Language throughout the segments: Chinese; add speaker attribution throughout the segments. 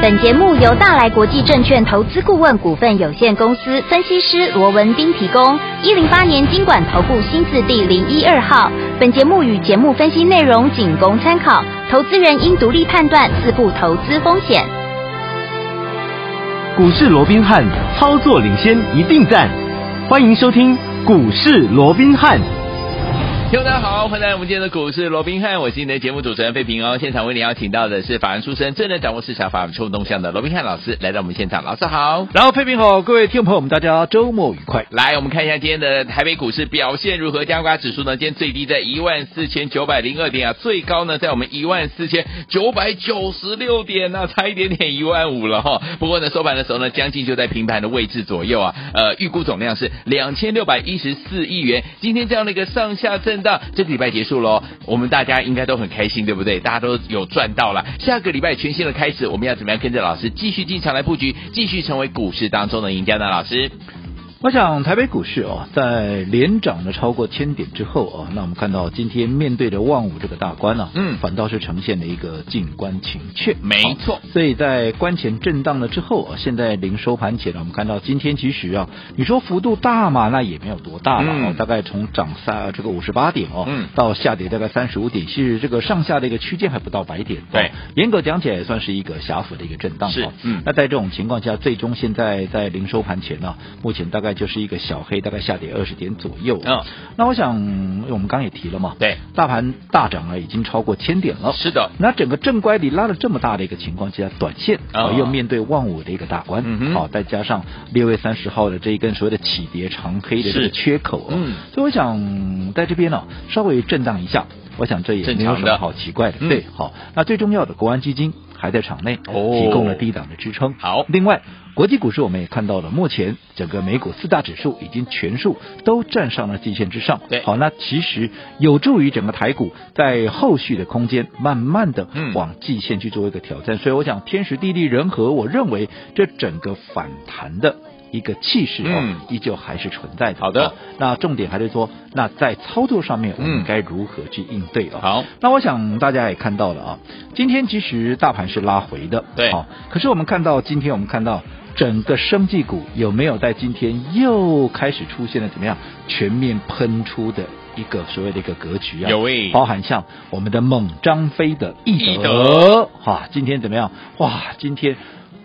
Speaker 1: 本节目由大来国际证券投资顾问股份有限公司分析师罗文斌提供。一零八年经管投顾新字第零一二号。本节目与节目分析内容仅供参考，投资人应独立判断，自负投资风险。
Speaker 2: 股市罗宾汉，操作领先，一定赞！欢迎收听股市罗宾汉。
Speaker 3: 听众大家好，欢迎来到我们今天的股市罗宾汉，我是你的节目主持人费平哦。现场为你邀请到的是法案出身、最能掌握市场法案冲动向的罗宾汉老师，来到我们现场，老师好。
Speaker 4: 然后，费平好，各位听众朋友们，大家周末愉快。
Speaker 3: 来，我们看一下今天的台北股市表现如何？加权指数呢，今天最低在一万四千九百零二点啊，最高呢在我们一万四千九百九十六点啊，差一点点一万五了哈、不过呢，收盘的时候呢，将近就在平盘的位置左右啊。呃，预估总量是两千六百一十四亿元。今天这样的一个上下震荡，这个礼拜结束喽，我们大家应该都很开心，对不对？大家都有赚到了。下个礼拜全新的开始，我们要怎么样跟着老师继续进场来布局，继续成为股市当中的赢家呢？老师，
Speaker 4: 我想台北股市哦，在连涨了超过千点之后哦，那我们看到今天面对着万五这个大关呢、
Speaker 3: 嗯
Speaker 4: 反倒是呈现了一个静观情却。
Speaker 3: 没错
Speaker 4: 好所以在关前震荡了之后啊，现在临收盘前呢，我们看到今天其实啊，你说幅度大嘛，那也没有多大了、
Speaker 3: 嗯
Speaker 4: 哦，大概从涨三这个五十八点哦，
Speaker 3: 嗯
Speaker 4: 到下跌大概三十五点，其实这个上下的一个区间还不到百点，
Speaker 3: 对
Speaker 4: 哦，严格讲起来也算是一个狭幅的一个震荡，
Speaker 3: 是
Speaker 4: 哦
Speaker 3: 嗯
Speaker 4: 那在这种情况下，最终现在在临收盘前呢、啊目前大概就是一个小黑，大概下跌二十点左右。啊
Speaker 3: 嗯，
Speaker 4: 那我想我们刚刚也提了嘛，
Speaker 3: 对，
Speaker 4: 大盘大涨了，已经超过千点了。
Speaker 3: 是的，
Speaker 4: 那整个正乖离拉了这么大的一个情况下，短线
Speaker 3: 啊
Speaker 4: 啊、又面对万五的一个大关，
Speaker 3: 嗯哼
Speaker 4: 好、再加上六月三十号的这一根所谓的起跌长黑的这
Speaker 3: 是
Speaker 4: 个缺口、哦，
Speaker 3: 嗯
Speaker 4: 所以我想在这边呢、稍微震荡一下，我想这也
Speaker 3: 正
Speaker 4: 没有
Speaker 3: 常
Speaker 4: 什
Speaker 3: 的
Speaker 4: 么好奇怪的，
Speaker 3: 嗯
Speaker 4: 对，好，那最重要的国安基金还在场内，
Speaker 3: 哦
Speaker 4: 提供了低档的支撑，
Speaker 3: 好
Speaker 4: 另外。国际股市我们也看到了，目前整个美股四大指数已经全数都站上了季线之上。
Speaker 3: 对
Speaker 4: 好，那其实有助于整个台股在后续的空间慢慢的
Speaker 3: 嗯
Speaker 4: 往季线去做一个挑战。所以我想天时地利人和，我认为这整个反弹的。一个气势哦，
Speaker 3: 嗯
Speaker 4: 依旧还是存在的。
Speaker 3: 好的
Speaker 4: 哦那重点还是说，那在操作上面我
Speaker 3: 嗯
Speaker 4: 们该如何去应对哦？
Speaker 3: 好，
Speaker 4: 那我想大家也看到了啊，今天其实大盘是拉回的，
Speaker 3: 对
Speaker 4: 好、可是我们看到今天我们看到整个生技股有没有在今天又开始出现了怎么样全面喷出的一个所谓的一个格局啊？
Speaker 3: 有诶
Speaker 4: 包含像我们的猛张飞的易
Speaker 3: 易
Speaker 4: 德，哇，今天怎么样？哇，今天。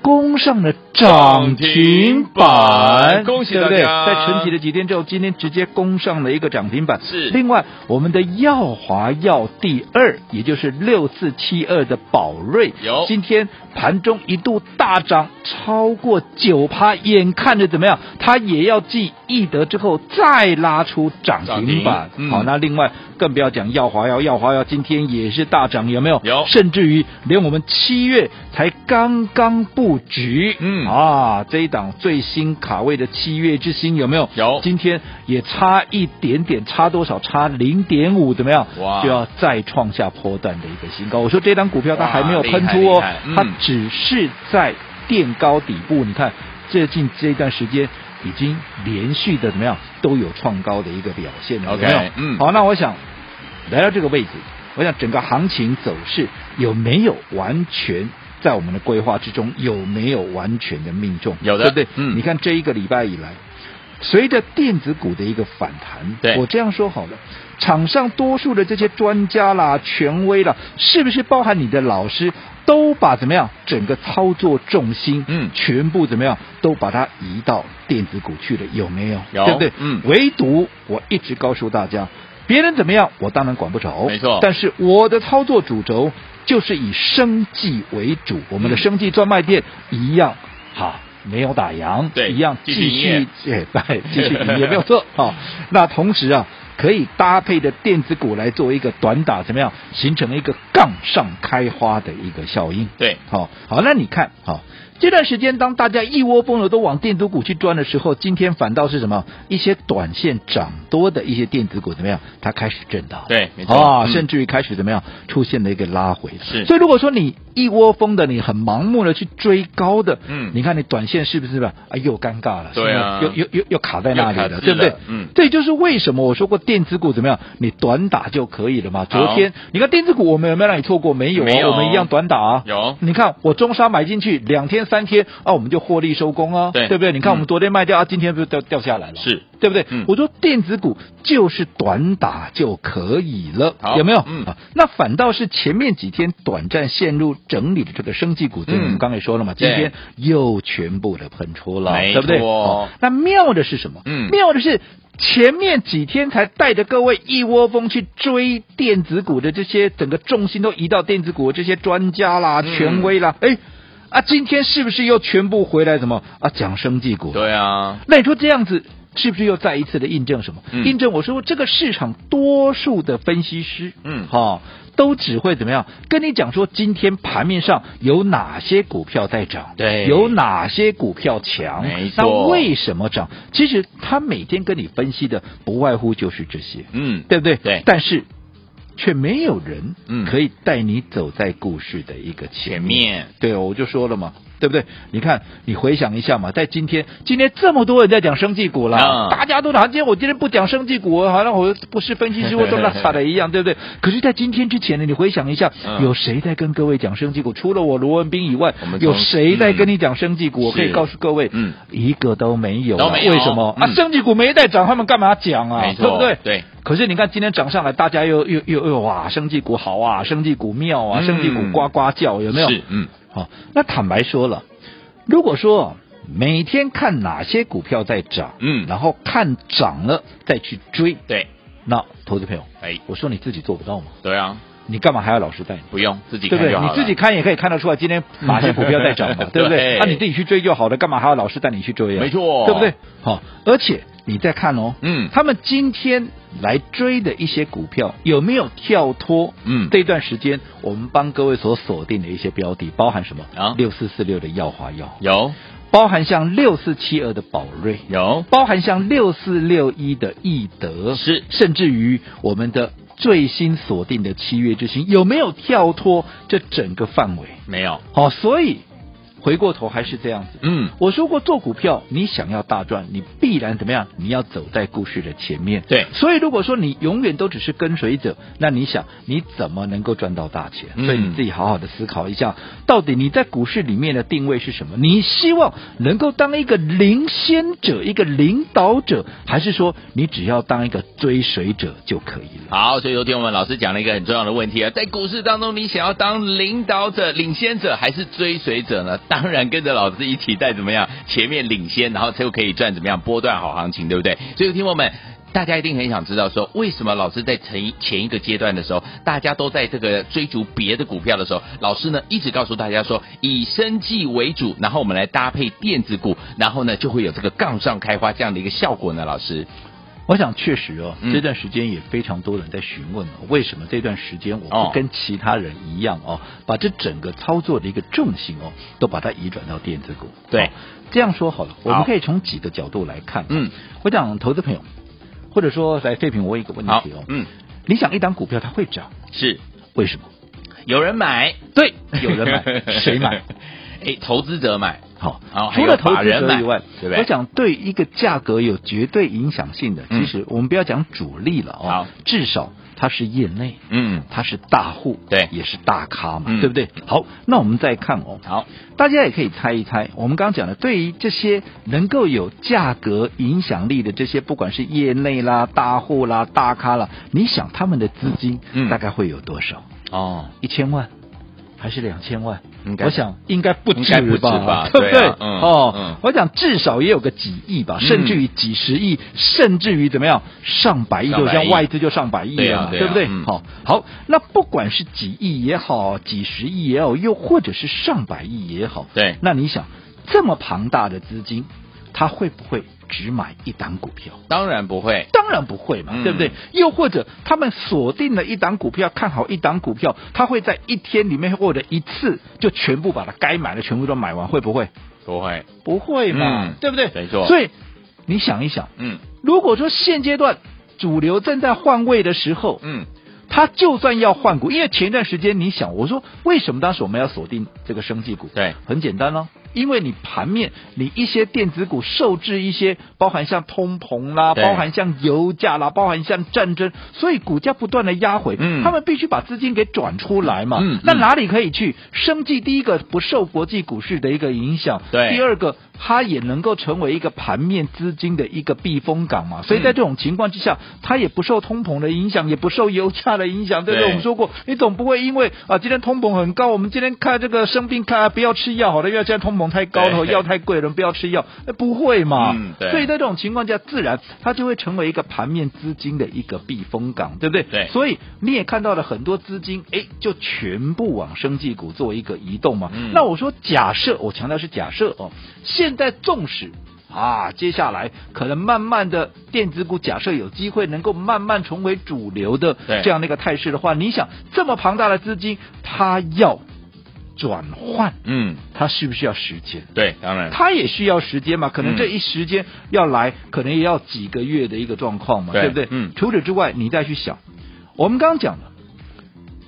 Speaker 4: 攻上了涨停板，
Speaker 3: 恭喜
Speaker 4: 对不
Speaker 3: 大
Speaker 4: 对？
Speaker 3: 家
Speaker 4: 在沉寂了几天之后，今天直接攻上了一个涨停板。
Speaker 3: 是
Speaker 4: 另外，我们的耀华耀第二，也就是六四七二的宝瑞，
Speaker 3: 有
Speaker 4: 今天盘中一度大涨超过九趴，眼看着怎么样，它也要继易德之后再拉出涨停
Speaker 3: 涨
Speaker 4: 板。
Speaker 3: 停嗯
Speaker 4: 好，那另外更不要讲耀华耀，耀华耀今天也是大涨，有没有？
Speaker 3: 有
Speaker 4: 甚至于连我们七月才刚刚布局，
Speaker 3: 嗯
Speaker 4: 啊，这一档最新卡位的七月之星有没有？
Speaker 3: 有
Speaker 4: 今天也差一点点，差多少？差零点五，怎么样？
Speaker 3: 哇
Speaker 4: 就要再创下波段的一个新高。我说这档股票它
Speaker 3: 哇
Speaker 4: 还没有喷出
Speaker 3: 厉
Speaker 4: 哦
Speaker 3: 害厉害嗯，
Speaker 4: 它只是在垫高底部。你看最近这一段时间。已经连续的怎么样都有创高的一个表现了
Speaker 3: OK，
Speaker 4: 有没有？
Speaker 3: 嗯
Speaker 4: 好，那我想来到这个位置，我想整个行情走势有没有完全在我们的规划之中，有没有完全的命中？
Speaker 3: 有的
Speaker 4: 对不对？
Speaker 3: 嗯
Speaker 4: 你看这一个礼拜以来，随着电子股的一个反弹，
Speaker 3: 对
Speaker 4: 我这样说好了，场上多数的这些专家啦、权威啦，是不是包含你的老师，都把怎么样整个操作重心，
Speaker 3: 嗯
Speaker 4: 全部怎么样都把它移到电子股去了，有没有？
Speaker 3: 有
Speaker 4: 对不对？
Speaker 3: 嗯
Speaker 4: 唯独我一直告诉大家，别人怎么样，我当然管不着，
Speaker 3: 没错
Speaker 4: 但是我的操作主轴就是以生计为主，我们的
Speaker 3: 嗯
Speaker 4: 生计专卖店一样，好。没有打烊，
Speaker 3: 对
Speaker 4: 一样
Speaker 3: 继
Speaker 4: 继
Speaker 3: 续营业
Speaker 4: 续，哎，对，继续营业没有错哦。那同时啊，可以搭配的电子股来做一个短打，怎么样形成一个杠上开花的一个效应？
Speaker 3: 对，
Speaker 4: 好、好，那你看，好、这段时间当大家一窝蜂的都往电子股去钻的时候，今天反倒是什么？一些短线涨多的一些电子股怎么样？它开始震荡，
Speaker 3: 对没错
Speaker 4: 啊、
Speaker 3: 嗯
Speaker 4: 甚至于开始怎么样出现了一个拉回。
Speaker 3: 是
Speaker 4: 所以如果说你一窝蜂的，你很盲目的去追高的，
Speaker 3: 嗯
Speaker 4: 你看你短线是不是吧？啊，又尴尬了，
Speaker 3: 对啊
Speaker 4: 是不是又又又又卡在那里
Speaker 3: 又卡
Speaker 4: 了，
Speaker 3: 住
Speaker 4: 对不对
Speaker 3: 了？嗯
Speaker 4: 这也就是为什么我说过电。电子股怎么样？你短打就可以了嘛。
Speaker 3: 好
Speaker 4: 昨天你看电子股，我们有没有让你错过？没有啊，
Speaker 3: 没有
Speaker 4: 我们一样短打啊。
Speaker 3: 有
Speaker 4: 你看我中沙买进去两天三天啊，我们就获利收工哦，
Speaker 3: 对
Speaker 4: 对不对？你看
Speaker 3: 嗯
Speaker 4: 我们昨天卖掉啊，今天不是掉掉下来了？
Speaker 3: 是，
Speaker 4: 对不对？
Speaker 3: 嗯
Speaker 4: 我说电子股就是短打就可以了
Speaker 3: 好，
Speaker 4: 有没有？
Speaker 3: 嗯
Speaker 4: 啊，那反倒是前面几天短暂陷入整理的这个生技股，这个
Speaker 3: 嗯
Speaker 4: 我们刚才说了嘛，今
Speaker 3: 对
Speaker 4: 天又全部的喷出了，
Speaker 3: 没
Speaker 4: 对不对？
Speaker 3: 错
Speaker 4: 哦那妙的是什么？
Speaker 3: 嗯
Speaker 4: 妙的是。前面几天才带着各位一窝蜂去追电子股的这些，整个重心都移到电子股的这些专家啦、
Speaker 3: 嗯
Speaker 4: 权威啦，哎、啊，今天是不是又全部回来什么啊？讲生技股了，
Speaker 3: 对啊，
Speaker 4: 那你说这样子是不是又再一次的印证什么？
Speaker 3: 嗯
Speaker 4: 印证我说这个市场多数的分析师，
Speaker 3: 嗯
Speaker 4: 哈、都只会怎么样跟你讲说，今天盘面上有哪些股票在涨，
Speaker 3: 对
Speaker 4: 有哪些股票强，
Speaker 3: 没错
Speaker 4: 那为什么涨？其实他每天跟你分析的不外乎就是这些，
Speaker 3: 嗯，
Speaker 4: 对不对？
Speaker 3: 对
Speaker 4: 但是。却没有人
Speaker 3: 嗯
Speaker 4: 可以带你走在故事的一个
Speaker 3: 前
Speaker 4: 前面，
Speaker 3: 面
Speaker 4: 对，我就说了嘛，对不对？你看，你回想一下嘛，在今天，今天这么多人在讲生技股
Speaker 3: 嗯
Speaker 4: 啦，大家都讲，今天我今天不讲生技股，好像我不是分析师，我都拉差的一样，对不 对？可是，在今天之前呢，你回想一下，
Speaker 3: 嗯
Speaker 4: 有谁在跟各位讲生技股？除了我罗文斌以外
Speaker 3: 我们，从
Speaker 4: 有谁在跟你讲生技股？
Speaker 3: 嗯
Speaker 4: 我可以
Speaker 3: 是
Speaker 4: 告诉各位，
Speaker 3: 嗯，
Speaker 4: 一个都没有啊，
Speaker 3: 都没有
Speaker 4: 为什么
Speaker 3: 嗯
Speaker 4: 啊？生技股没在涨，他们干嘛讲啊
Speaker 3: 没？
Speaker 4: 对不
Speaker 3: 错，
Speaker 4: 对？
Speaker 3: 对，
Speaker 4: 可是你看今天涨上来，大家又又又又哇，生技股好啊，生技股妙啊，
Speaker 3: 嗯
Speaker 4: 生技股呱呱叫，有没有？
Speaker 3: 是，嗯，
Speaker 4: 好、那坦白说了，如果说每天看哪些股票在涨，
Speaker 3: 嗯
Speaker 4: 然后看涨了再去追，
Speaker 3: 对，
Speaker 4: 那投资朋友，
Speaker 3: 哎，
Speaker 4: 我说你自己做不到吗？
Speaker 3: 对啊，
Speaker 4: 你干嘛还要老师带你？
Speaker 3: 不用自己
Speaker 4: 对
Speaker 3: 看
Speaker 4: 不对？
Speaker 3: 就
Speaker 4: 你
Speaker 3: 好了
Speaker 4: 自己看也可以看得出来，今天哪些股票在涨 嘛，对不对？
Speaker 3: 对
Speaker 4: 那、你自己去追就好了，干嘛还要老师带你去追啊？
Speaker 3: 没错，
Speaker 4: 对不对？？好、而且你再看哦，
Speaker 3: 嗯
Speaker 4: 他们今天来追的一些股票有没有跳脱？
Speaker 3: 嗯
Speaker 4: 这段时间我们帮各位所锁定的一些标的，包含什么？
Speaker 3: 啊
Speaker 4: 六四四六的耀华药，
Speaker 3: 有
Speaker 4: 包含像六四七二的宝瑞，
Speaker 3: 有，
Speaker 4: 包含像六四六一的易德，
Speaker 3: 是
Speaker 4: 甚至于我们的最新锁定的七月之星，有没有跳脱这整个范围？
Speaker 3: 没有？
Speaker 4: 好、所以回过头还是这样子。
Speaker 3: 嗯，
Speaker 4: 我说过，做股票你想要大赚，你必然怎么样？你要走在故事的前面。
Speaker 3: 对
Speaker 4: 所以如果说你永远都只是跟随者，那你想你怎么能够赚到大钱？
Speaker 3: 嗯
Speaker 4: 所以你自己好好的思考一下，到底你在股市里面的定位是什么？你希望能够当一个领先者、一个领导者，还是说你只要当一个追随者就可以了？
Speaker 3: 好，所以昨天我们老师讲了一个很重要的问题啊，在股市当中，你想要当领导者、领先者还是追随者呢？当然跟着老师一起在怎么样前面领先，然后就可以赚怎么样波段好行情，对不 对？所以听我们。大家一定很想知道说，为什么老师在前一前一个阶段的时候，大家都在这个追逐别的股票的时候，老师呢一直告诉大家说，以生计为主，然后我们来搭配电子股，然后呢就会有这个杠上开花这样的一个效果呢？老师，
Speaker 4: 我想确实哦，
Speaker 3: 嗯
Speaker 4: 这段时间也非常多人在询问、哦，为什么这段时间我
Speaker 3: 哦
Speaker 4: 不跟其他人一样哦，把这整个操作的一个重心哦，都把它移转到电子股。
Speaker 3: 对
Speaker 4: 哦这样说好了，我
Speaker 3: 好
Speaker 4: 们可以从几个角度来看。哦
Speaker 3: 嗯，
Speaker 4: 我想投资朋友，或者说来废品我一个问
Speaker 3: 好
Speaker 4: 题哦，，
Speaker 3: 嗯，
Speaker 4: 你想一档股票它会涨，
Speaker 3: 是
Speaker 4: 为什么？
Speaker 3: 有人买，
Speaker 4: 对，有人 买，谁买？？
Speaker 3: 哎，投资者买，
Speaker 4: 好
Speaker 3: 好，哦还
Speaker 4: 除
Speaker 3: 有
Speaker 4: 了投
Speaker 3: 法
Speaker 4: 资
Speaker 3: 人买
Speaker 4: 者以外，
Speaker 3: 对不对
Speaker 4: 我想对一个价格有绝对影响性的，
Speaker 3: 嗯
Speaker 4: 其实我们不要讲主力了
Speaker 3: 好
Speaker 4: 哦，至少它是业内，
Speaker 3: 嗯，
Speaker 4: 它是大户，
Speaker 3: 对
Speaker 4: 也是大咖嘛
Speaker 3: 嗯，
Speaker 4: 对不对？好，那我们再看哦，
Speaker 3: 好，
Speaker 4: 大家也可以猜一猜，我们刚刚讲的，对于这些能够有价格影响力的这些，不管是业内啦、大户啦、大咖啦，你想他们的资金
Speaker 3: 嗯
Speaker 4: 大概会有多少？
Speaker 3: 哦，
Speaker 4: 一千万还是两千万
Speaker 3: 应？该
Speaker 4: 我想应该不
Speaker 3: 应该不
Speaker 4: 止
Speaker 3: 止吧
Speaker 4: 吧，对不
Speaker 3: 对
Speaker 4: 对
Speaker 3: 啊？嗯嗯
Speaker 4: 哦，我想至少也有个几亿吧，
Speaker 3: 嗯
Speaker 4: 甚至于几十亿，甚至于怎么样，上百亿，
Speaker 3: 上百
Speaker 4: 就
Speaker 3: 亿
Speaker 4: 像外资就上百亿
Speaker 3: 对
Speaker 4: 了
Speaker 3: 啊
Speaker 4: 嘛，
Speaker 3: 对啊
Speaker 4: 对不对
Speaker 3: 嗯？
Speaker 4: 好，好，那不管是几亿也好，几十亿也好，又或者是上百亿也好，
Speaker 3: 对
Speaker 4: 那你想这么庞大的资金，它会不会只买一档股票？
Speaker 3: 当然不会，
Speaker 4: 当然不会嘛，
Speaker 3: 嗯
Speaker 4: 对不对？又或者他们锁定了一档股票，看好一档股票，他会在一天里面或者一次就全部把它该买的全部都买完，会不会？
Speaker 3: 不会，
Speaker 4: 不会嘛，
Speaker 3: 嗯
Speaker 4: 对不对？
Speaker 3: 没错
Speaker 4: 所以你想一想，
Speaker 3: 嗯
Speaker 4: 如果说现阶段主流正在换位的时候，
Speaker 3: 嗯，
Speaker 4: 他就算要换股，因为前一段时间你想，我说为什么当时我们要锁定这个生技股？
Speaker 3: 对，
Speaker 4: 很简单喽、哦因为你盘面你一些电子股受制一些，包含像通膨啦，
Speaker 3: 对
Speaker 4: 包含像油价啦，包含像战争，所以股价不断的压回，
Speaker 3: 嗯
Speaker 4: 他们必须把资金给转出来嘛。
Speaker 3: 嗯
Speaker 4: 那
Speaker 3: 嗯
Speaker 4: 哪里可以去？生计第一个不受国际股市的一个影响，
Speaker 3: 对
Speaker 4: 第二个它也能够成为一个盘面资金的一个避风港
Speaker 3: 嗯
Speaker 4: 嘛。所以在这种情况之下，它也不受通膨的影响，也不受油价的影响，对不对？
Speaker 3: 对
Speaker 4: 我们说过，你总不会因为啊今天通膨很高，我们今天看这个生病看、啊、不要吃药好了，因为现在通膨太高了，
Speaker 3: 对
Speaker 4: 药太贵了，不要吃药，那不会嘛。
Speaker 3: 嗯对
Speaker 4: 所以在这种情况下，自然它就会成为一个盘面资金的一个避风港，对不对？
Speaker 3: 对
Speaker 4: 所以你也看到了很多资金，哎，就全部往生技股做一个移动嘛。
Speaker 3: 嗯
Speaker 4: 那我说假设，我强调是假设哦，现在纵使。啊，接下来可能慢慢的电子股，假设有机会能够慢慢重回主流的
Speaker 3: 对
Speaker 4: 这样的一个态势的话，你想这么庞大的资金，它要转换，
Speaker 3: 嗯，
Speaker 4: 它需不需要时间？
Speaker 3: 对，当然，
Speaker 4: 它也需要时间嘛，可能
Speaker 3: 嗯
Speaker 4: 这一时间要来，可能也要几个月的一个状况嘛，
Speaker 3: 对
Speaker 4: 不对？
Speaker 3: 嗯
Speaker 4: 除此之外，你再去想，我们刚刚讲了，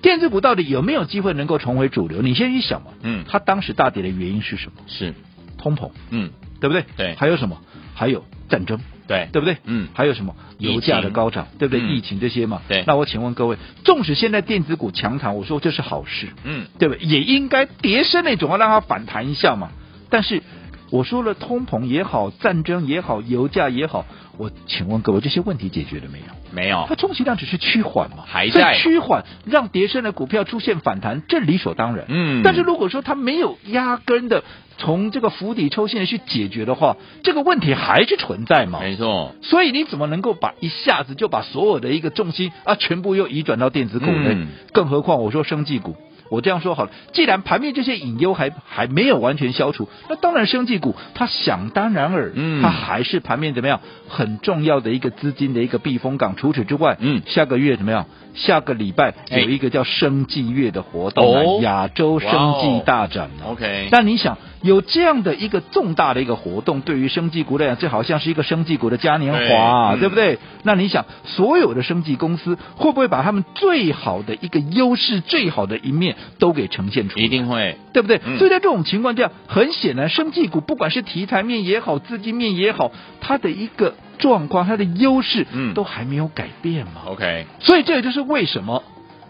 Speaker 4: 电子股到底有没有机会能够重回主流？你先去想嘛，
Speaker 3: 嗯，
Speaker 4: 它当时大跌的原因是什么？
Speaker 3: 是，
Speaker 4: 通膨，
Speaker 3: 嗯，
Speaker 4: 对不对？
Speaker 3: 对
Speaker 4: 还有什么？还有战争，
Speaker 3: 对，
Speaker 4: 对不对？
Speaker 3: 嗯
Speaker 4: 还有什么
Speaker 3: 疫情
Speaker 4: 油价的高涨，对不对？
Speaker 3: 嗯
Speaker 4: 疫情这些嘛。
Speaker 3: 对
Speaker 4: 那我请问各位，纵使现在电子股强弹，我说这是好事，
Speaker 3: 嗯，
Speaker 4: 对不对？也应该跌升那总要让它反弹一下嘛。但是我说了，通膨也好，战争也好，油价也好，我请问各位，这些问题解决了没有？
Speaker 3: 没有
Speaker 4: 它，充其量只是趋缓嘛，
Speaker 3: 哦还
Speaker 4: 所以
Speaker 3: 在
Speaker 4: 趋缓，让跌升的股票出现反弹，这理所当然。
Speaker 3: 嗯
Speaker 4: 但是如果说它没有压根的从这个釜底抽薪的去解决的话，这个问题还是存在嘛。
Speaker 3: 没错，
Speaker 4: 所以你怎么能够把一下子就把所有的一个重心啊，全部又移转到电子股呢？
Speaker 3: 嗯
Speaker 4: 更何况我说生技股，我这样说好了，既然盘面这些隐忧还还没有完全消除，那当然生技股它想当然尔，
Speaker 3: 嗯
Speaker 4: 它还是盘面怎么样很重要的一个资金的一个避风港。除此之外，
Speaker 3: 嗯
Speaker 4: 下个月怎么样？下个礼拜
Speaker 3: 哎
Speaker 4: 有一个叫生技月的活动啊、
Speaker 3: 哦
Speaker 4: 亚洲生
Speaker 3: 哇哦
Speaker 4: 技大展啊
Speaker 3: OK
Speaker 4: 但你想有这样的一个重大的一个活动，对于生技股来讲，这好像是一个生技股的嘉年华啊、
Speaker 3: 对嗯
Speaker 4: 对不对？那你想，所有的生技公司会不会把他们最好的一个优势、最好的一面都给呈现出来？
Speaker 3: 一定会，
Speaker 4: 对不对？
Speaker 3: 嗯
Speaker 4: 所以在这种情况下，很显然，生技股不管是题材面也好，资金面也好，它的一个状况、它的优势，
Speaker 3: 嗯
Speaker 4: 都还没有改变嘛。
Speaker 3: ，OK，
Speaker 4: 所以这也就是为什么。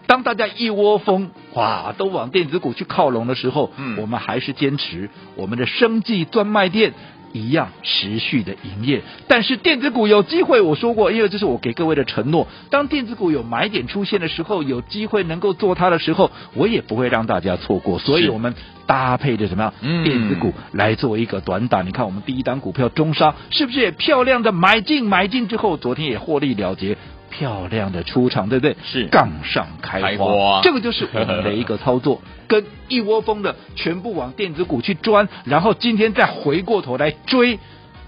Speaker 4: 当大家一窝蜂哇都往电子股去靠拢的时候，
Speaker 3: 嗯
Speaker 4: 我们还是坚持我们的生计专卖店一样持续的营业。但是电子股有机会，我说过，因为这是我给各位的承诺。当电子股有买点出现的时候，有机会能够做它的时候，我也不会让大家错过。所以
Speaker 3: 是
Speaker 4: 我们搭配着什么样、
Speaker 3: 嗯
Speaker 4: 电子股来做一个短打？你看我们第一档股票中沙是不是也漂亮的买进？买进之后，昨天也获利了结。漂亮的出场，对不对？
Speaker 3: 是
Speaker 4: 杠上开花，
Speaker 3: 开花
Speaker 4: 这个就是我们的一个操作，跟一窝蜂的全部往电子股去钻，然后今天再回过头来追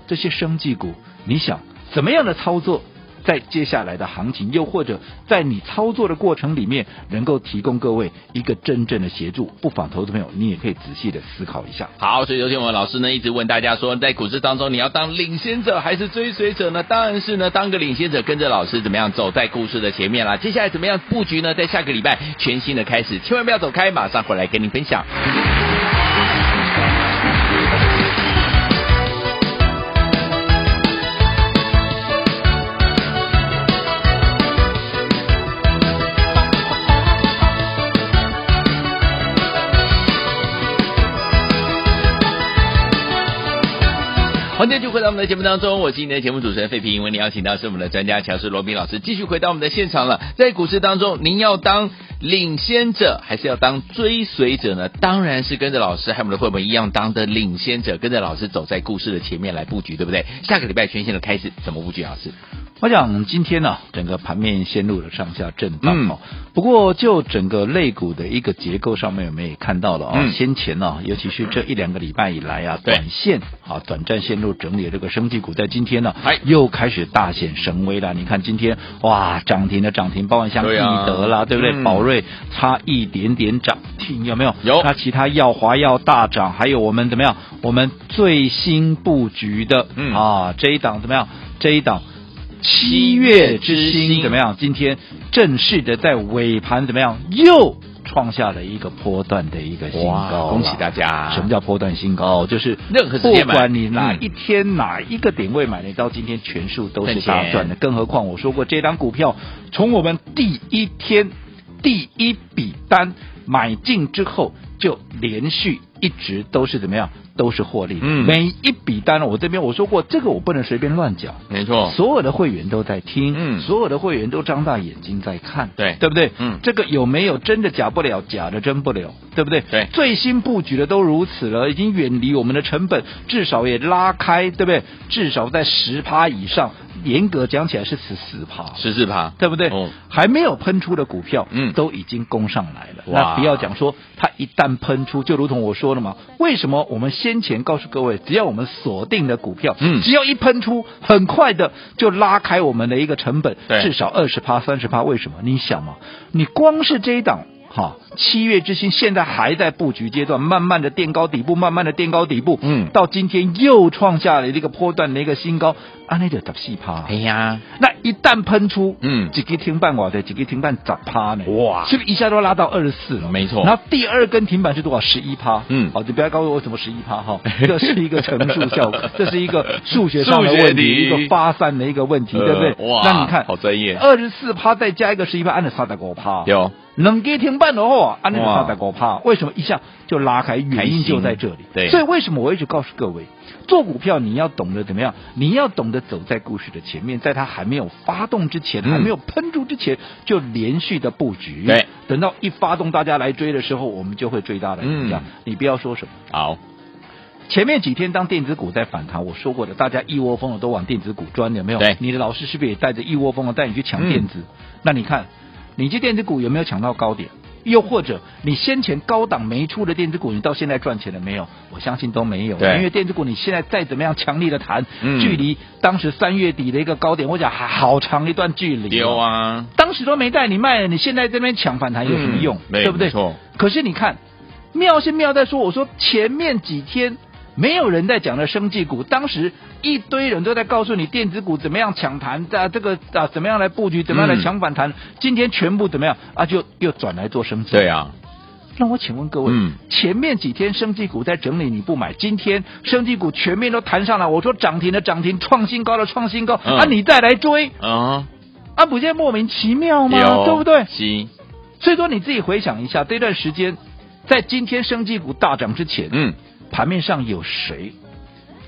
Speaker 4: 这些生技股。你想怎么样的操作，在接下来的行情，又或者在你操作的过程里面，能够提供各位一个真正的协助？不妨投资朋友，你也可以仔细的思考一下。
Speaker 3: 好，所以昨天我们老师呢一直问大家说，在股市当中你要当领先者还是追随者呢？当然是呢，当个领先者，跟着老师怎么样走在故事的前面啦。接下来怎么样布局呢？在下个礼拜全新的开始，千万不要走开，马上回来跟您分享。欢迎继续回到我们的节目当中，我是你的节目主持人费平。为您邀请到是我们的专家乔氏罗宾老师，继续回到我们的现场了。在股市当中，您要当领先者还是要当追随者呢？当然是跟着老师和我们的会员一样，当的领先者，跟着老师走在故事的前面来布局，对不对？下个礼拜全新的开始，怎么布局？老师，
Speaker 4: 我想今天呢、整个盘面陷入了上下震荡
Speaker 3: 嗯
Speaker 4: 哦。不过就整个类股的一个结构上面，我们也看到了哦，
Speaker 3: 嗯
Speaker 4: 先前呢、尤其是这一两个礼拜以来啊，
Speaker 3: 对
Speaker 4: 短线啊短暂陷入整理的这个生技股，在今天呢、
Speaker 3: 哎
Speaker 4: 又开始大显神威了。你看今天哇，涨停的涨停，包含像
Speaker 3: 对
Speaker 4: 易
Speaker 3: 啊
Speaker 4: 德啦，对不对？
Speaker 3: 嗯
Speaker 4: 宝瑞差一点点涨停，有没有？
Speaker 3: 有
Speaker 4: 那其他耀华药大涨，还有我们怎么样？我们最新布局的、
Speaker 3: 嗯
Speaker 4: 啊这一档怎么样？这一档。
Speaker 3: 七月之星嗯
Speaker 4: 怎么样？今天正式的在尾盘怎么样又？创下了一个波段的一个新高，
Speaker 3: 恭喜大家！
Speaker 4: 什么叫波段新高？就是
Speaker 3: 任何时
Speaker 4: 不
Speaker 3: 间买
Speaker 4: 管你哪
Speaker 3: 嗯
Speaker 4: 一天哪一个点位买，你到今天全数都是
Speaker 3: 挣钱
Speaker 4: 大赚的。更何况我说过，这张股票从我们第一天第一笔单买进之后，就连续一直都是怎么样？都是获利。
Speaker 3: 嗯
Speaker 4: 每一笔单，我这边我说过，这个我不能随便乱讲。
Speaker 3: 没错，
Speaker 4: 所有的会员都在听，
Speaker 3: 哦嗯
Speaker 4: 所有的会员都张大眼睛在看，
Speaker 3: 对
Speaker 4: 对不对？
Speaker 3: 嗯
Speaker 4: 这个有没有真的假不了，假的真不了，对不对？
Speaker 3: 对
Speaker 4: 最新布局的都如此了，已经远离我们的成本，至少也拉开，对不对？至少在十趴以上，严格讲起来是十四趴，
Speaker 3: 十四趴，
Speaker 4: 对不对？
Speaker 3: 哦
Speaker 4: 还没有喷出的股票，
Speaker 3: 嗯
Speaker 4: 都已经攻上来了。
Speaker 3: 哇
Speaker 4: 那不要讲说它一旦喷出，就如同我说了嘛，为什么我们先前告诉各位，只要我们锁定的股票，
Speaker 3: 嗯
Speaker 4: 只要一喷出，很快的就拉开我们的一个成本，
Speaker 3: 对
Speaker 4: 至少二十趴、三十趴。为什么？你想嘛，你光是这一档。哈，七月之星现在还在布局阶段，慢慢的垫高底部，慢慢的垫高底部，
Speaker 3: 嗯
Speaker 4: 到今天又创下了一个波段的一个新高，啊，那就十四趴，
Speaker 3: 哎呀，
Speaker 4: 那一旦喷出，
Speaker 3: 嗯
Speaker 4: 几个停板我的几个停板涨趴呢？
Speaker 3: 哇
Speaker 4: 是不是一下都拉到二十四了？
Speaker 3: 没错
Speaker 4: 然后第二根停板是多少？十一趴。哦
Speaker 3: 嗯
Speaker 4: 好，你不要告诉我什么十一趴 哈，这是一个乘数效果，这是一个数学上的
Speaker 3: 数学
Speaker 4: 问
Speaker 3: 题
Speaker 4: 题，一个发散的一个问题，
Speaker 3: 呃
Speaker 4: 对不对？
Speaker 3: 哇
Speaker 4: 那你看，
Speaker 3: 好专业
Speaker 4: 二十四趴再加一个十一趴，按了三十五趴。
Speaker 3: 有啊
Speaker 4: 能给停半的话，按那个
Speaker 3: 哇
Speaker 4: 三百高怕，为什么一下就拉开？原因就在这里。
Speaker 3: 开心对
Speaker 4: 所以为什么我一直告诉各位，做股票你要懂得怎么样？你要懂得走在故事的前面，在它还没有发动之前，
Speaker 3: 嗯
Speaker 4: 还没有喷出之前，就连续的布局。
Speaker 3: 对，
Speaker 4: 等到一发动大家来追的时候，我们就会最大的赢家
Speaker 3: 嗯。
Speaker 4: 你不要说什么。
Speaker 3: 好，
Speaker 4: 前面几天当电子股在反弹，我说过的，大家一窝蜂的都往电子股钻，有没有？
Speaker 3: 对嗯
Speaker 4: 你的老师是不是也带着一窝蜂的带你去抢电子？那你看，你这电子股有没有抢到高点？又或者你先前高档没出的电子股，你到现在赚钱了没有？我相信都没有，
Speaker 3: 对
Speaker 4: 因为电子股你现在再怎么样强力的弹，
Speaker 3: 嗯
Speaker 4: 距离当时三月底的一个高点，我讲还好长一段距离。
Speaker 3: 丢！啊，
Speaker 4: 当时都没带你卖了，你现在这边抢反弹有什么用？
Speaker 3: 嗯没
Speaker 4: 对不
Speaker 3: 没
Speaker 4: 对？
Speaker 3: 错
Speaker 4: 可是你看，妙是妙在说，我说前面几天没有人在讲的生技股，当时一堆人都在告诉你电子股怎么样抢盘，啊，这个啊怎么样来布局，怎么样来抢反弹，今天全部怎么样啊，
Speaker 3: 嗯
Speaker 4: 就又转来做生技。
Speaker 3: 对啊，
Speaker 4: 那我请问各位，
Speaker 3: 嗯
Speaker 4: 前面几天生技股在整理，你不买，今天生技股全面都弹上来，我说涨停的涨停，创新高的创新高，
Speaker 3: 嗯
Speaker 4: 啊，你再来追，
Speaker 3: 嗯，
Speaker 4: 啊，不就莫名其妙吗？
Speaker 3: 有
Speaker 4: 对不对？
Speaker 3: 是，
Speaker 4: 所以说你自己回想一下，这段时间在今天生技股大涨之前，
Speaker 3: 嗯，
Speaker 4: 盘面上有谁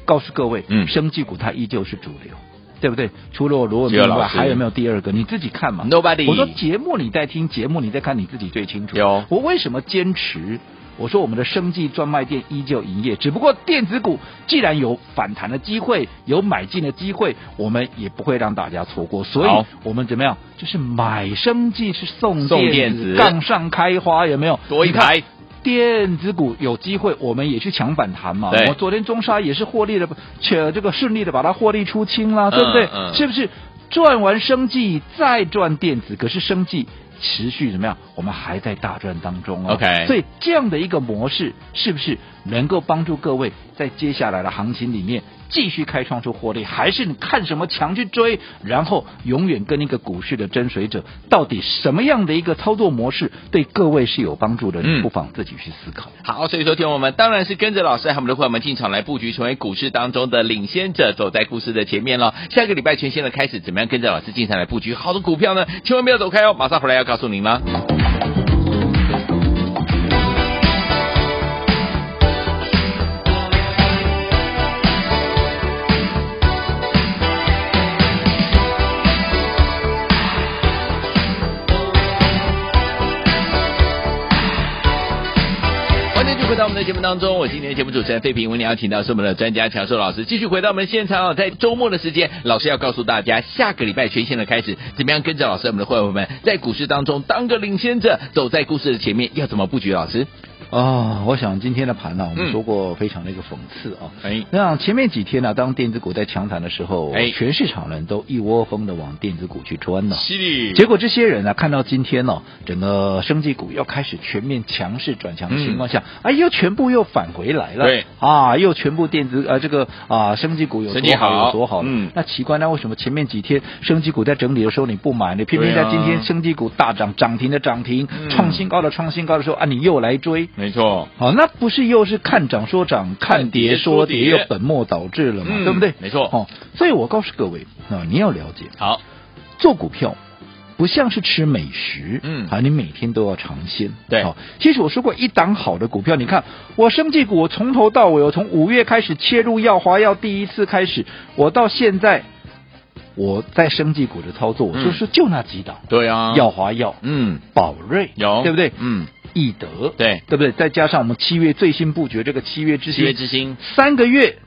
Speaker 4: 告诉各位，
Speaker 3: 嗯
Speaker 4: 生技股它依旧是主流，对不对？除了我罗文
Speaker 3: 只有
Speaker 4: 斌以
Speaker 3: 老
Speaker 4: 外，
Speaker 3: 师
Speaker 4: 还有没有第二个？你自己看嘛。
Speaker 3: Nobody
Speaker 4: 我说节目你在听，节目你在看，你自己最清楚。
Speaker 3: 有
Speaker 4: 我为什么坚持？我说我们的生技专卖店依旧营业，只不过电子股既然有反弹的机会，有买进的机会，我们也不会让大家错过。所以
Speaker 3: 好
Speaker 4: 我们怎么样？就是买生技是送
Speaker 3: 送
Speaker 4: 电
Speaker 3: 电子
Speaker 4: 杠上开花，有没有？
Speaker 3: 多一
Speaker 4: 你看
Speaker 3: 排，
Speaker 4: 电子股有机会，我们也去抢反弹嘛。
Speaker 3: 对
Speaker 4: 我昨天中沙也是获利的，且这个顺利的把它获利出清啦，
Speaker 3: 嗯
Speaker 4: 对不对？
Speaker 3: 嗯
Speaker 4: 是不是赚完生计再赚电子？可是生计持续怎么样？我们还在大赚当中哦。
Speaker 3: OK
Speaker 4: 所以这样的一个模式，是不是能够帮助各位在接下来的行情里面继续开创出获利？还是你看什么强去追，然后永远跟一个股市的追随者，到底什么样的一个操作模式对各位是有帮助的？
Speaker 3: 嗯
Speaker 4: 你不妨自己去思考。
Speaker 3: 好，所以说，听我们当然是跟着老师和我们的伙伴们进场来布局，成为股市当中的领先者，走在故事的前面了。下个礼拜全新的开始，怎么样跟着老师进场来布局好的股票呢？千万不要走开哦，马上回来要告诉您了。欢迎继续回到我们的节目当中，我今天的节目主持人费平，为您邀请到是我们的专家强硕老师，继续回到我们现场哦。在周末的时间，老师要告诉大家，下个礼拜全新的开始，怎么样跟着老师，我们的会员们在股市当中当个领先者，走在故事的前面，要怎么布局？老师，
Speaker 4: 哦，我想今天的盘呢、我
Speaker 3: 嗯
Speaker 4: 们说过非常的一个讽刺啊。
Speaker 3: 哎
Speaker 4: 那前面几天呢、当电子股在强弹的时候，
Speaker 3: 哎
Speaker 4: 全市场人都一窝蜂的往电子股去钻呢、
Speaker 3: 犀利，
Speaker 4: 结果这些人呢、看到今天哦，整个生技股要开始全面强势转强的情况下，哎，又全部又返回来了，
Speaker 3: 嗯对
Speaker 4: 啊，又全部电子呃这个啊生技股有
Speaker 3: 生技
Speaker 4: 多
Speaker 3: 好
Speaker 4: 好有多好，
Speaker 3: 嗯
Speaker 4: 那奇怪，那为什么前面几天生技股在整理的时候你不买，你偏偏
Speaker 3: 对
Speaker 4: 在
Speaker 3: 啊
Speaker 4: 今天生技股大涨涨停的涨停，
Speaker 3: 嗯
Speaker 4: 创新高的创新高的时候啊，你又来追？
Speaker 3: 没错，
Speaker 4: 好，那不是又是看涨说涨，看跌说跌，
Speaker 3: 看跌说跌
Speaker 4: 又本末倒置了嘛，
Speaker 3: 嗯
Speaker 4: 对不对？
Speaker 3: 没错
Speaker 4: 哦，所以我告诉各位啊、你要了解，
Speaker 3: 好，
Speaker 4: 做股票不像是吃美食，
Speaker 3: 嗯
Speaker 4: 啊，你每天都要尝鲜。
Speaker 3: 对
Speaker 4: 好，其实我说过，一档好的股票，你看我生技股，我从头到尾，我从五月开始切入耀华药第一次开始，我到现在。我在生技股的操作，我
Speaker 3: 嗯
Speaker 4: 就是就那几档，
Speaker 3: 对啊，
Speaker 4: 耀华药、
Speaker 3: 嗯，
Speaker 4: 宝瑞，
Speaker 3: 有
Speaker 4: 对不对？
Speaker 3: 嗯，
Speaker 4: 易德，
Speaker 3: 对，
Speaker 4: 对不对？再加上我们七月最新布局这个七月之
Speaker 3: 七月
Speaker 4: 星，
Speaker 3: 之星，
Speaker 4: 三个月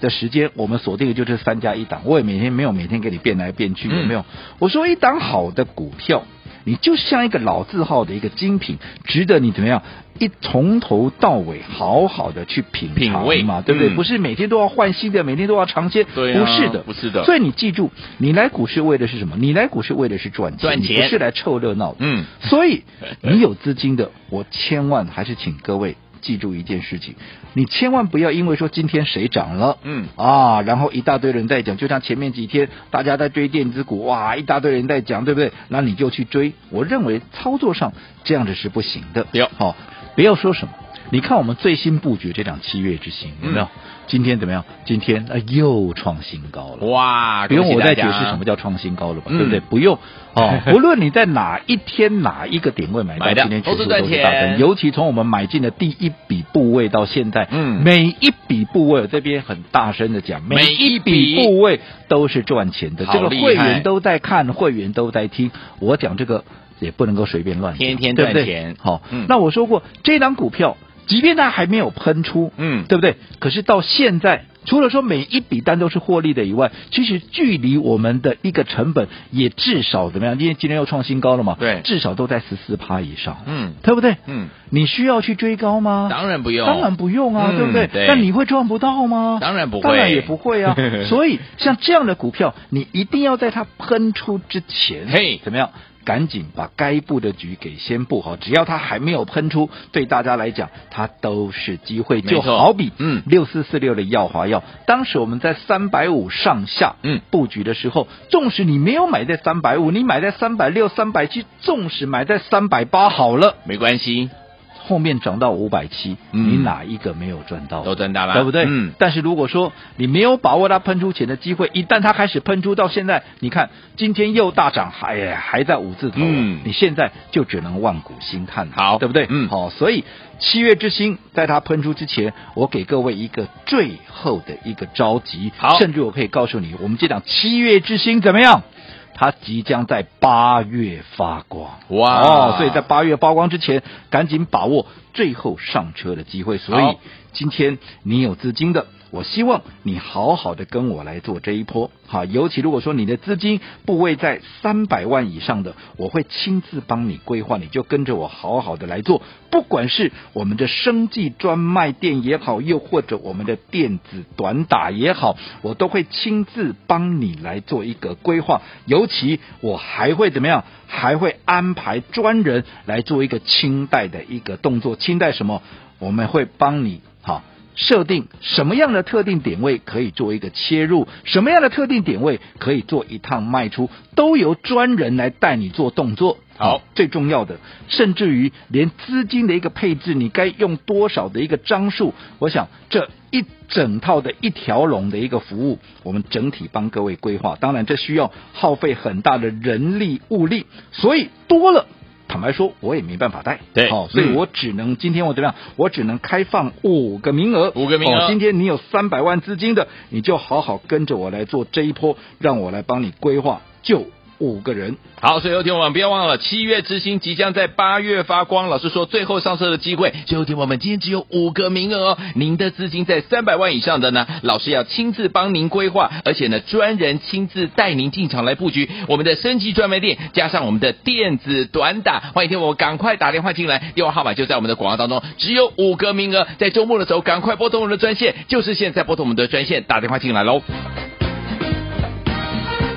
Speaker 4: 的时间，我们锁定的就是三加一档。我也每天没有每天给你变来变去，
Speaker 3: 嗯
Speaker 4: 有没有？我说一档好的股票，你就像一个老字号的一个精品，值得你怎么样？一从头到尾好好的去品
Speaker 3: 品
Speaker 4: 尝
Speaker 3: 味
Speaker 4: 嘛，对不对？
Speaker 3: 嗯
Speaker 4: 不是每天都要换新的，每天都要尝鲜，
Speaker 3: 对啊
Speaker 4: 不是的，
Speaker 3: 不是的
Speaker 4: 所以你记住，你来股市为的是什么？你来股市为的是赚钱，
Speaker 3: 赚钱
Speaker 4: 你不是来凑热闹的。
Speaker 3: 嗯，
Speaker 4: 所以你有资金的，我千万还是请各位记住一件事情，你千万不要因为说今天谁涨了。
Speaker 3: 嗯，
Speaker 4: 啊，然后一大堆人在讲，就像前面几天大家在追电子股，哇，一大堆人在讲，对不对？那你就去追。我认为操作上这样子是不行的。
Speaker 3: 有
Speaker 4: 好、不要说什么。你看我们最新布局这档七月之星有没有？
Speaker 3: 嗯
Speaker 4: 今天怎么样？今天呃又创新高了。
Speaker 3: 哇，
Speaker 4: 不用
Speaker 3: 啊恭喜
Speaker 4: 我再
Speaker 3: 大
Speaker 4: 解
Speaker 3: 家
Speaker 4: 释什么叫创新高了吧，
Speaker 3: 嗯
Speaker 4: 对不对？不用 哦，不论你在哪一天哪一个点位买到，
Speaker 3: 买的
Speaker 4: 今天全
Speaker 3: 都
Speaker 4: 数都
Speaker 3: 是赚
Speaker 4: 是大
Speaker 3: 钱
Speaker 4: 增。尤其从我们买进的第一笔部位到现在，
Speaker 3: 嗯
Speaker 4: 每一笔部位我这边很大声的讲，
Speaker 3: 每一
Speaker 4: 一
Speaker 3: 笔
Speaker 4: 笔部位都是赚钱的。
Speaker 3: 好
Speaker 4: 这个
Speaker 3: 厉
Speaker 4: 会
Speaker 3: 害
Speaker 4: 员都在看，会员都在听，我讲这个也不能够随便乱讲，
Speaker 3: 天天
Speaker 4: 对不对
Speaker 3: 赚钱
Speaker 4: 好
Speaker 3: 嗯，
Speaker 4: 那我说过，这档股票即便它还没有喷出，
Speaker 3: 嗯
Speaker 4: 对不对？可是到现在，除了说每一笔单都是获利的以外，其实距离我们的一个成本也至少怎么样？因为今天又创新高了嘛，
Speaker 3: 对
Speaker 4: 至少都在十四趴以上，
Speaker 3: 嗯
Speaker 4: 对不对？
Speaker 3: 嗯，
Speaker 4: 你需要去追高吗？
Speaker 3: 当然不用，
Speaker 4: 当然不用啊，
Speaker 3: 嗯
Speaker 4: 对不对？
Speaker 3: 对
Speaker 4: 那你会赚不到吗？
Speaker 3: 当然不会。
Speaker 4: 当然也不会啊 所以像这样的股票，你一定要在它喷出之前，
Speaker 3: 嘿
Speaker 4: 怎么样？赶紧把该布的局给先布好，只要它还没有喷出，对大家来讲，它都是机会。
Speaker 3: 没错
Speaker 4: 就好比
Speaker 3: 嗯
Speaker 4: 六四四六的耀华药，当时我们在三百五上下
Speaker 3: 嗯
Speaker 4: 布局的时候，纵使你没有买在三百五，你买在三百六、三百七，纵使买在三百八好了，
Speaker 3: 没关系，
Speaker 4: 后面涨到五百七，
Speaker 3: 嗯哦
Speaker 4: 你哪一个没有赚到？
Speaker 3: 都赚到了，
Speaker 4: 对不对？
Speaker 3: 嗯，
Speaker 4: 但是如果说你没有把握它喷出前的机会，一旦它开始喷出到现在，你看今天又大涨，还哎还在五字头、
Speaker 3: 嗯
Speaker 4: 你现在就只能望股兴叹了，
Speaker 3: 好
Speaker 4: 对不对？
Speaker 3: 嗯
Speaker 4: 好、所以七月之星在它喷出之前，我给各位一个最后的一个着急，
Speaker 3: 好
Speaker 4: 甚至我可以告诉你，我们这档七月之星怎么样？它即将在八月发光。
Speaker 3: 哇
Speaker 4: 哦，所以在八月曝光之前，赶紧把握最后上车的机会。所以
Speaker 3: 好
Speaker 4: 今天你有资金的。我希望你好好的跟我来做这一波，好，尤其如果说你的资金部位在三百万以上的，我会亲自帮你规划，你就跟着我好好的来做。不管是我们的生计专卖店也好，又或者我们的电子短打也好，我都会亲自帮你来做一个规划。尤其我还会怎么样？还会安排专人来做一个清代的一个动作。清代什么？我们会帮你好设定什么样的特定点位可以做一个切入，什么样的特定点位可以做一趟卖出，都由专人来带你做动作。啊
Speaker 3: 好，
Speaker 4: 最重要的，甚至于连资金的一个配置，你该用多少的一个张数，我想这一整套的一条龙的一个服务，我们整体帮各位规划。当然，这需要耗费很大的人力物力，所以多了。坦白说，我也没办法带，
Speaker 3: 对
Speaker 4: 好、所以
Speaker 3: 嗯
Speaker 4: 我只能、今天我怎么样？我只能开放五个名额，
Speaker 3: 五个名额
Speaker 4: 哦今天你有三百万资金的，你就好好跟着我来做这一波，让我来帮你规划，就五个人。
Speaker 3: 好，所以有听我们不要忘了，七月之星即将在八月发光。老师说最后上车的机会，所以有听我们今天只有五个名额哦。您的资金在三百万以上的呢，老师要亲自帮您规划，而且呢专人亲自带您进场来布局。我们的升级专卖店加上我们的电子短打，欢迎听我赶快打电话进来，电话号码就在我们的广告当中，只有五个名额，在周末的时候赶快拨通我们的专线，就是现在拨通我们的专线打电话进来喽。